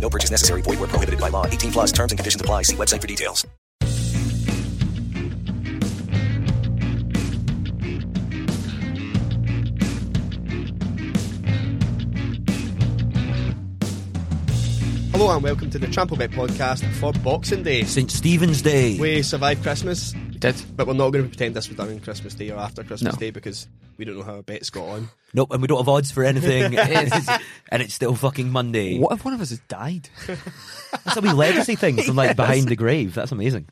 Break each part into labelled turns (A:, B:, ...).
A: No purchase necessary. Void where prohibited by law. 18 plus terms and conditions apply. See website for details.
B: Hello and welcome to the Trample Bet podcast for Boxing Day.
C: St. Stephen's Day.
B: We survived Christmas,
D: We did.
B: but we're not going to pretend this was done on Christmas Day or after Christmas
D: No.
B: Day because we don't know how our bets got on.
C: Nope, and we don't have odds for anything. and, it's, and it's still fucking Monday.
D: What if one of us has died?
C: That's a wee legacy thing from like behind the grave. That's amazing.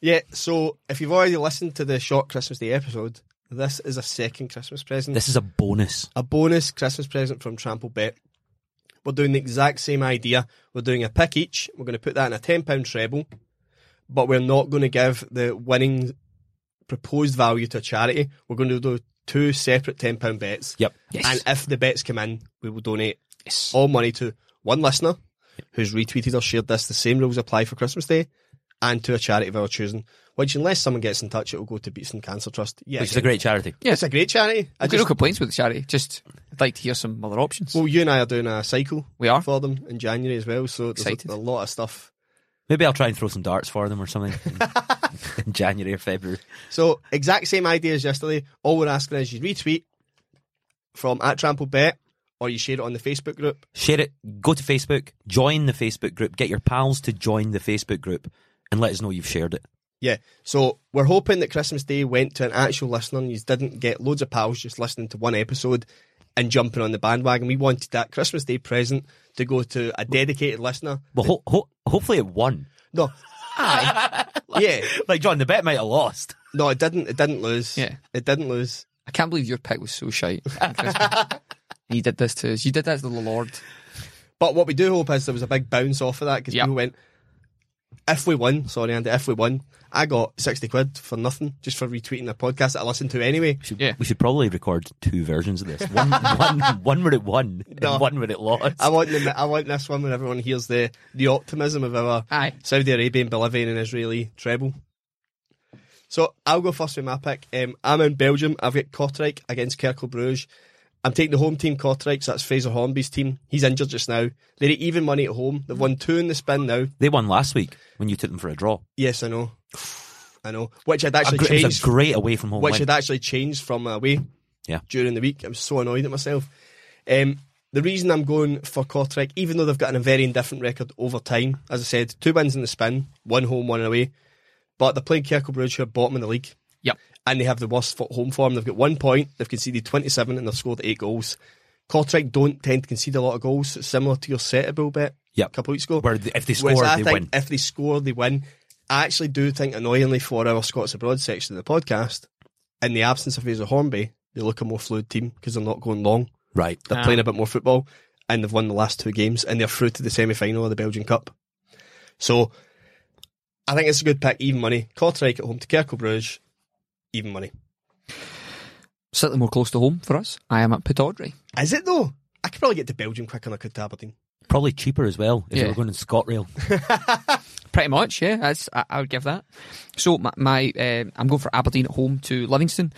B: Yeah, so if you've already listened to the short Christmas Day episode, this is a second Christmas present.
C: This is a bonus.
B: a bonus Christmas present from Trample Bet. We're doing the exact same idea. We're doing a pick each. We're going to put that in a £10 treble, but we're not going to give the winning proposed value to a charity. We're going to do two separate £10 bets.
C: Yep.
B: And if the bets come in, we will donate
D: Yes.
B: all money to one listener who's retweeted or shared this. The same rules apply for Christmas Day and to a charity of our choosing, which, unless someone gets in touch, it will go to Beatson Cancer Trust. Yeah,
C: Which is a great charity.
D: Yes,
B: It's a great charity. I
D: I've got no
B: just,
D: complaints with the charity. Just I'd like to hear some other options.
B: well, you and I are doing a cycle
D: we are.
B: for them in January as well. So there's
D: Excited.
B: a, a lot of stuff.
C: Maybe I'll try and throw some darts for them or something in, in January or February.
B: So exact same idea as yesterday. All we're asking is you retweet from at Trample Bet or you share it on the Facebook group.
C: Share it. Go to Facebook. Join the Facebook group. Get your pals to join the Facebook group and let us know you've shared it.
B: Yeah. So we're hoping that Christmas Day went to an actual listener and you didn't get loads of pals just listening to one episode and jumping on the bandwagon. We wanted that Christmas Day present to go to a dedicated listener.
C: Well, ho- ho- hopefully it won.
B: No. yeah.
C: Like John, the bet might have lost.
B: No, it didn't it didn't lose.
D: Yeah.
B: It didn't lose.
D: I can't believe your pick was so shite. you did this to us. You did that to the Lord.
B: But what we do hope is there was a big bounce off of that because
D: Yep.
B: people went, if we win, sorry, Andy, if we win, I got 60 quid for nothing just for retweeting a podcast that I listened to anyway.
C: We should,
D: Yeah.
C: we should probably record two versions of this. One, one, one where it won,
B: No.
C: and one where it lost.
B: I want, the, I want this one when everyone hears the, the optimism of our
D: Aye.
B: Saudi Arabian, Bolivian, and Israeli treble. So I'll go first with my pick. Um, I'm in Belgium. I've got Kortrijk against Kerkel Bruges. I'm taking the home team Kortrijk, so that's Fraser Hornby's team. He's injured just now. They're at even money at home. They've won two in the spin now.
C: They won last week when you took them for a draw.
B: Yes, I know. I know. Which I'd
C: A
B: actually
C: gr- it was
B: changed
C: a great away from home
B: which
C: win.
B: had actually changed from away
C: Yeah.
B: during the week. I was so annoyed at myself. Um, the reason I'm going for Kortrijk, even though they've gotten a very indifferent record over time, as I said, two wins in the spin, one home, one away, but they're playing Kirklebrooge, who are bottom in the league,
D: Yep.
B: and they have the worst fo- home form. They've got one point, they've conceded 27, and they've scored eight goals. Kortrijk don't tend to concede a lot of goals, similar to your Setable bet
C: Yep.
B: a couple weeks ago.
C: Where if they
B: Whereas
C: score,
B: I
C: they
B: think
C: win.
B: if they score, they win. I actually do think, annoyingly, for our Scots Abroad section of the podcast, in the absence of Fraser Hornby, they look a more fluid team because they're not going long.
C: Right.
B: They're playing a bit more football and they've won the last two games and they're through to the semi final of the Belgian Cup. So I think it's a good pick, even money. Kortrijk at home to Kirklebrooge, even money.
D: Slightly more close to home for us. I am at Pittodrie.
B: Is it though? I could probably get to Belgium quicker than I could to Aberdeen.
C: Probably cheaper as well if
D: Yeah.
C: they were going in ScotRail.
D: Pretty much, yeah. That's, I, I would give that. So my, my um I'm going for Aberdeen at home to Livingston.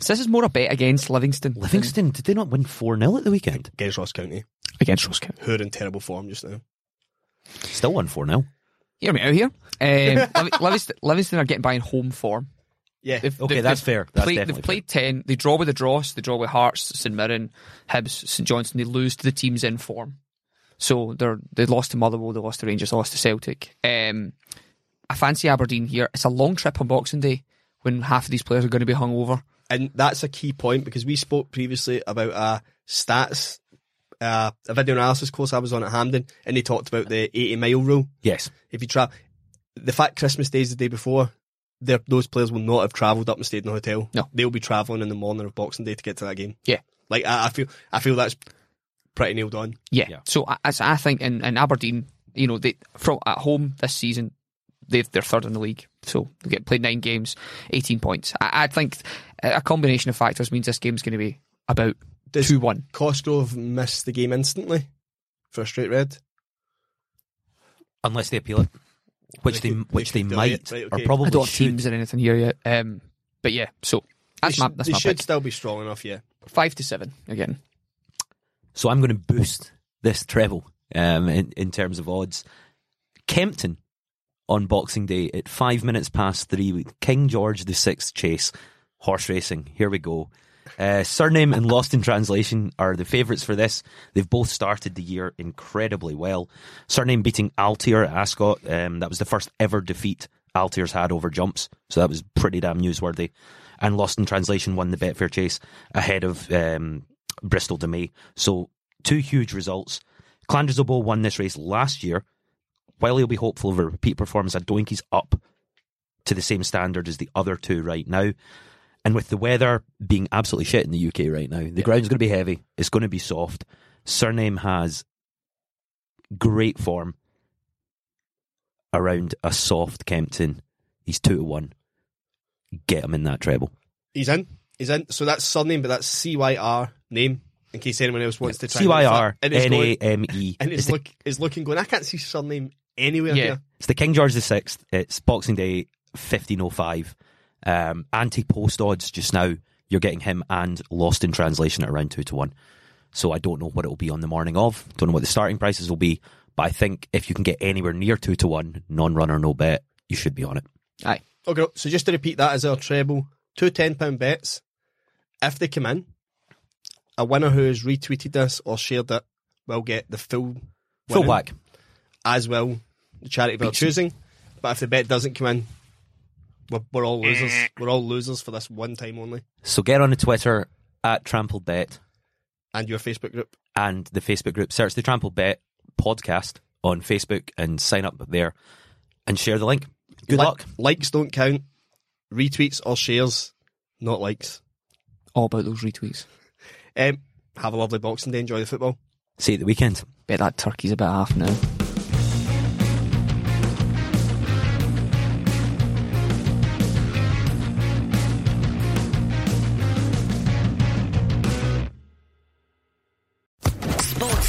D: So this is more a bet against Livingston. than
C: Livingston, did they not win 4 0 at the weekend?
B: Against Ross County,
D: against Ross County.
B: who are in terrible form just now.
C: Still won 4 0.
D: Hear me out here. Um, Livi- Livingston, Livingston are getting by in home form.
B: Yeah.
D: They've-
C: Okay,
D: they've-
C: that's
D: they've
C: fair. That's
D: played-
C: definitely
D: they've played ten. They draw with the Dross. They draw with Hearts, St Mirren, Hibs, St Johnstone. They lose to the teams in form. So they're they lost to Motherwell. They lost to Rangers. They lost to Celtic. Um, I fancy Aberdeen here. It's a long trip on Boxing Day when half of these players are going to be hungover.
B: and that's a key point because we spoke previously about a stats, uh, a video analysis course I was on at Hamden, and they talked about the 80 mile rule.
C: Yes.
B: If you travel, the fact Christmas Day is the day before, they're- those players will not have travelled up and stayed in a hotel.
D: No.
B: they'll be travelling in the morning of Boxing Day to get to that game.
D: Yeah.
B: like I, I feel, I feel that's pretty nailed on.
D: Yeah.
C: Yeah.
D: So I, as I think in, in Aberdeen, you know, they from at home this season, they've, they're third in the league. So they get played nine games, 18 points. I, I think a combination of factors means this game's going to be about
B: Does
D: 2 1.
B: Cosgrove missed the game instantly for a straight red?
C: unless they appeal it, which
B: They
C: they,
B: could-
C: which
B: they
C: they
B: could do
C: might
B: it, right,
C: or
B: okay.
D: I
C: probably
D: don't have
C: should.
D: teams or anything here yet. Um, but yeah, so that's
B: they
D: my,
B: sh-
D: that's
B: they
D: my
B: should
D: pick.
B: still be strong enough, yeah.
D: 5 to 7 again.
C: So I'm going to boost this treble um, in, in terms of odds. Kempton on Boxing Day at five minutes past three. with King George the Sixth chase, horse racing. Here we go. Uh, surname and Lost in Translation are the favourites for this. They've both started the year incredibly well. Surname beating Altier at Ascot. Um, that was the first ever defeat Altier's had over jumps, so that was pretty damn newsworthy. And Lost in Translation won the Betfair Chase ahead of um, Bristol to May. So two huge results. Clanders Bowl won this race last year. While he'll be hopeful of a repeat performance, I don't think he's up to the same standard as the other two right now. And with the weather being absolutely shit in the UK right now, the ground's going to be heavy. It's going to be soft. Surname has great form around a soft Kempton. He's two to one. Get him in that treble.
B: He's in. He's in. So that's surname, but that's C Y R name. In case anyone else wants to try
C: C Y R
B: and look for it.
C: N
B: And
C: A
B: it's, going,
C: M E.
B: and
C: It's
B: it's,
C: the
B: look, it's looking going. I can't see surname anywhere
D: Yeah.
B: here.
C: It's the King George VI. It's Boxing Day, 1505. Um, Anti post odds just now. You're getting him and lost in translation at around 2 to 1. So I don't know what it will be on the morning of. Don't know what the starting prices will be. But I think if you can get anywhere near 2 to 1, non runner, no bet, you should be on it.
D: Aye.
B: Okay, Oh, so just to repeat that as our treble, two ten pound bets. If they come in, a winner who has retweeted this or shared it will get the full
C: Full
B: winning,
C: whack.
B: as well the charity they're choosing. But if the bet doesn't come in, we're, we're all losers. We're all losers for this one time only.
C: So get on the Twitter at Trampled Bet
B: And your Facebook group.
C: and the Facebook group. Search the Trampled Bet podcast on Facebook and sign up there and share the link. Good
B: Li-
C: luck.
B: Likes don't count. Retweets or shares, not likes.
D: All about those retweets.
B: Um, have a lovely Boxing Day. Enjoy the football.
C: See you at the weekend.
D: Bet that turkey's about half now.
E: Sports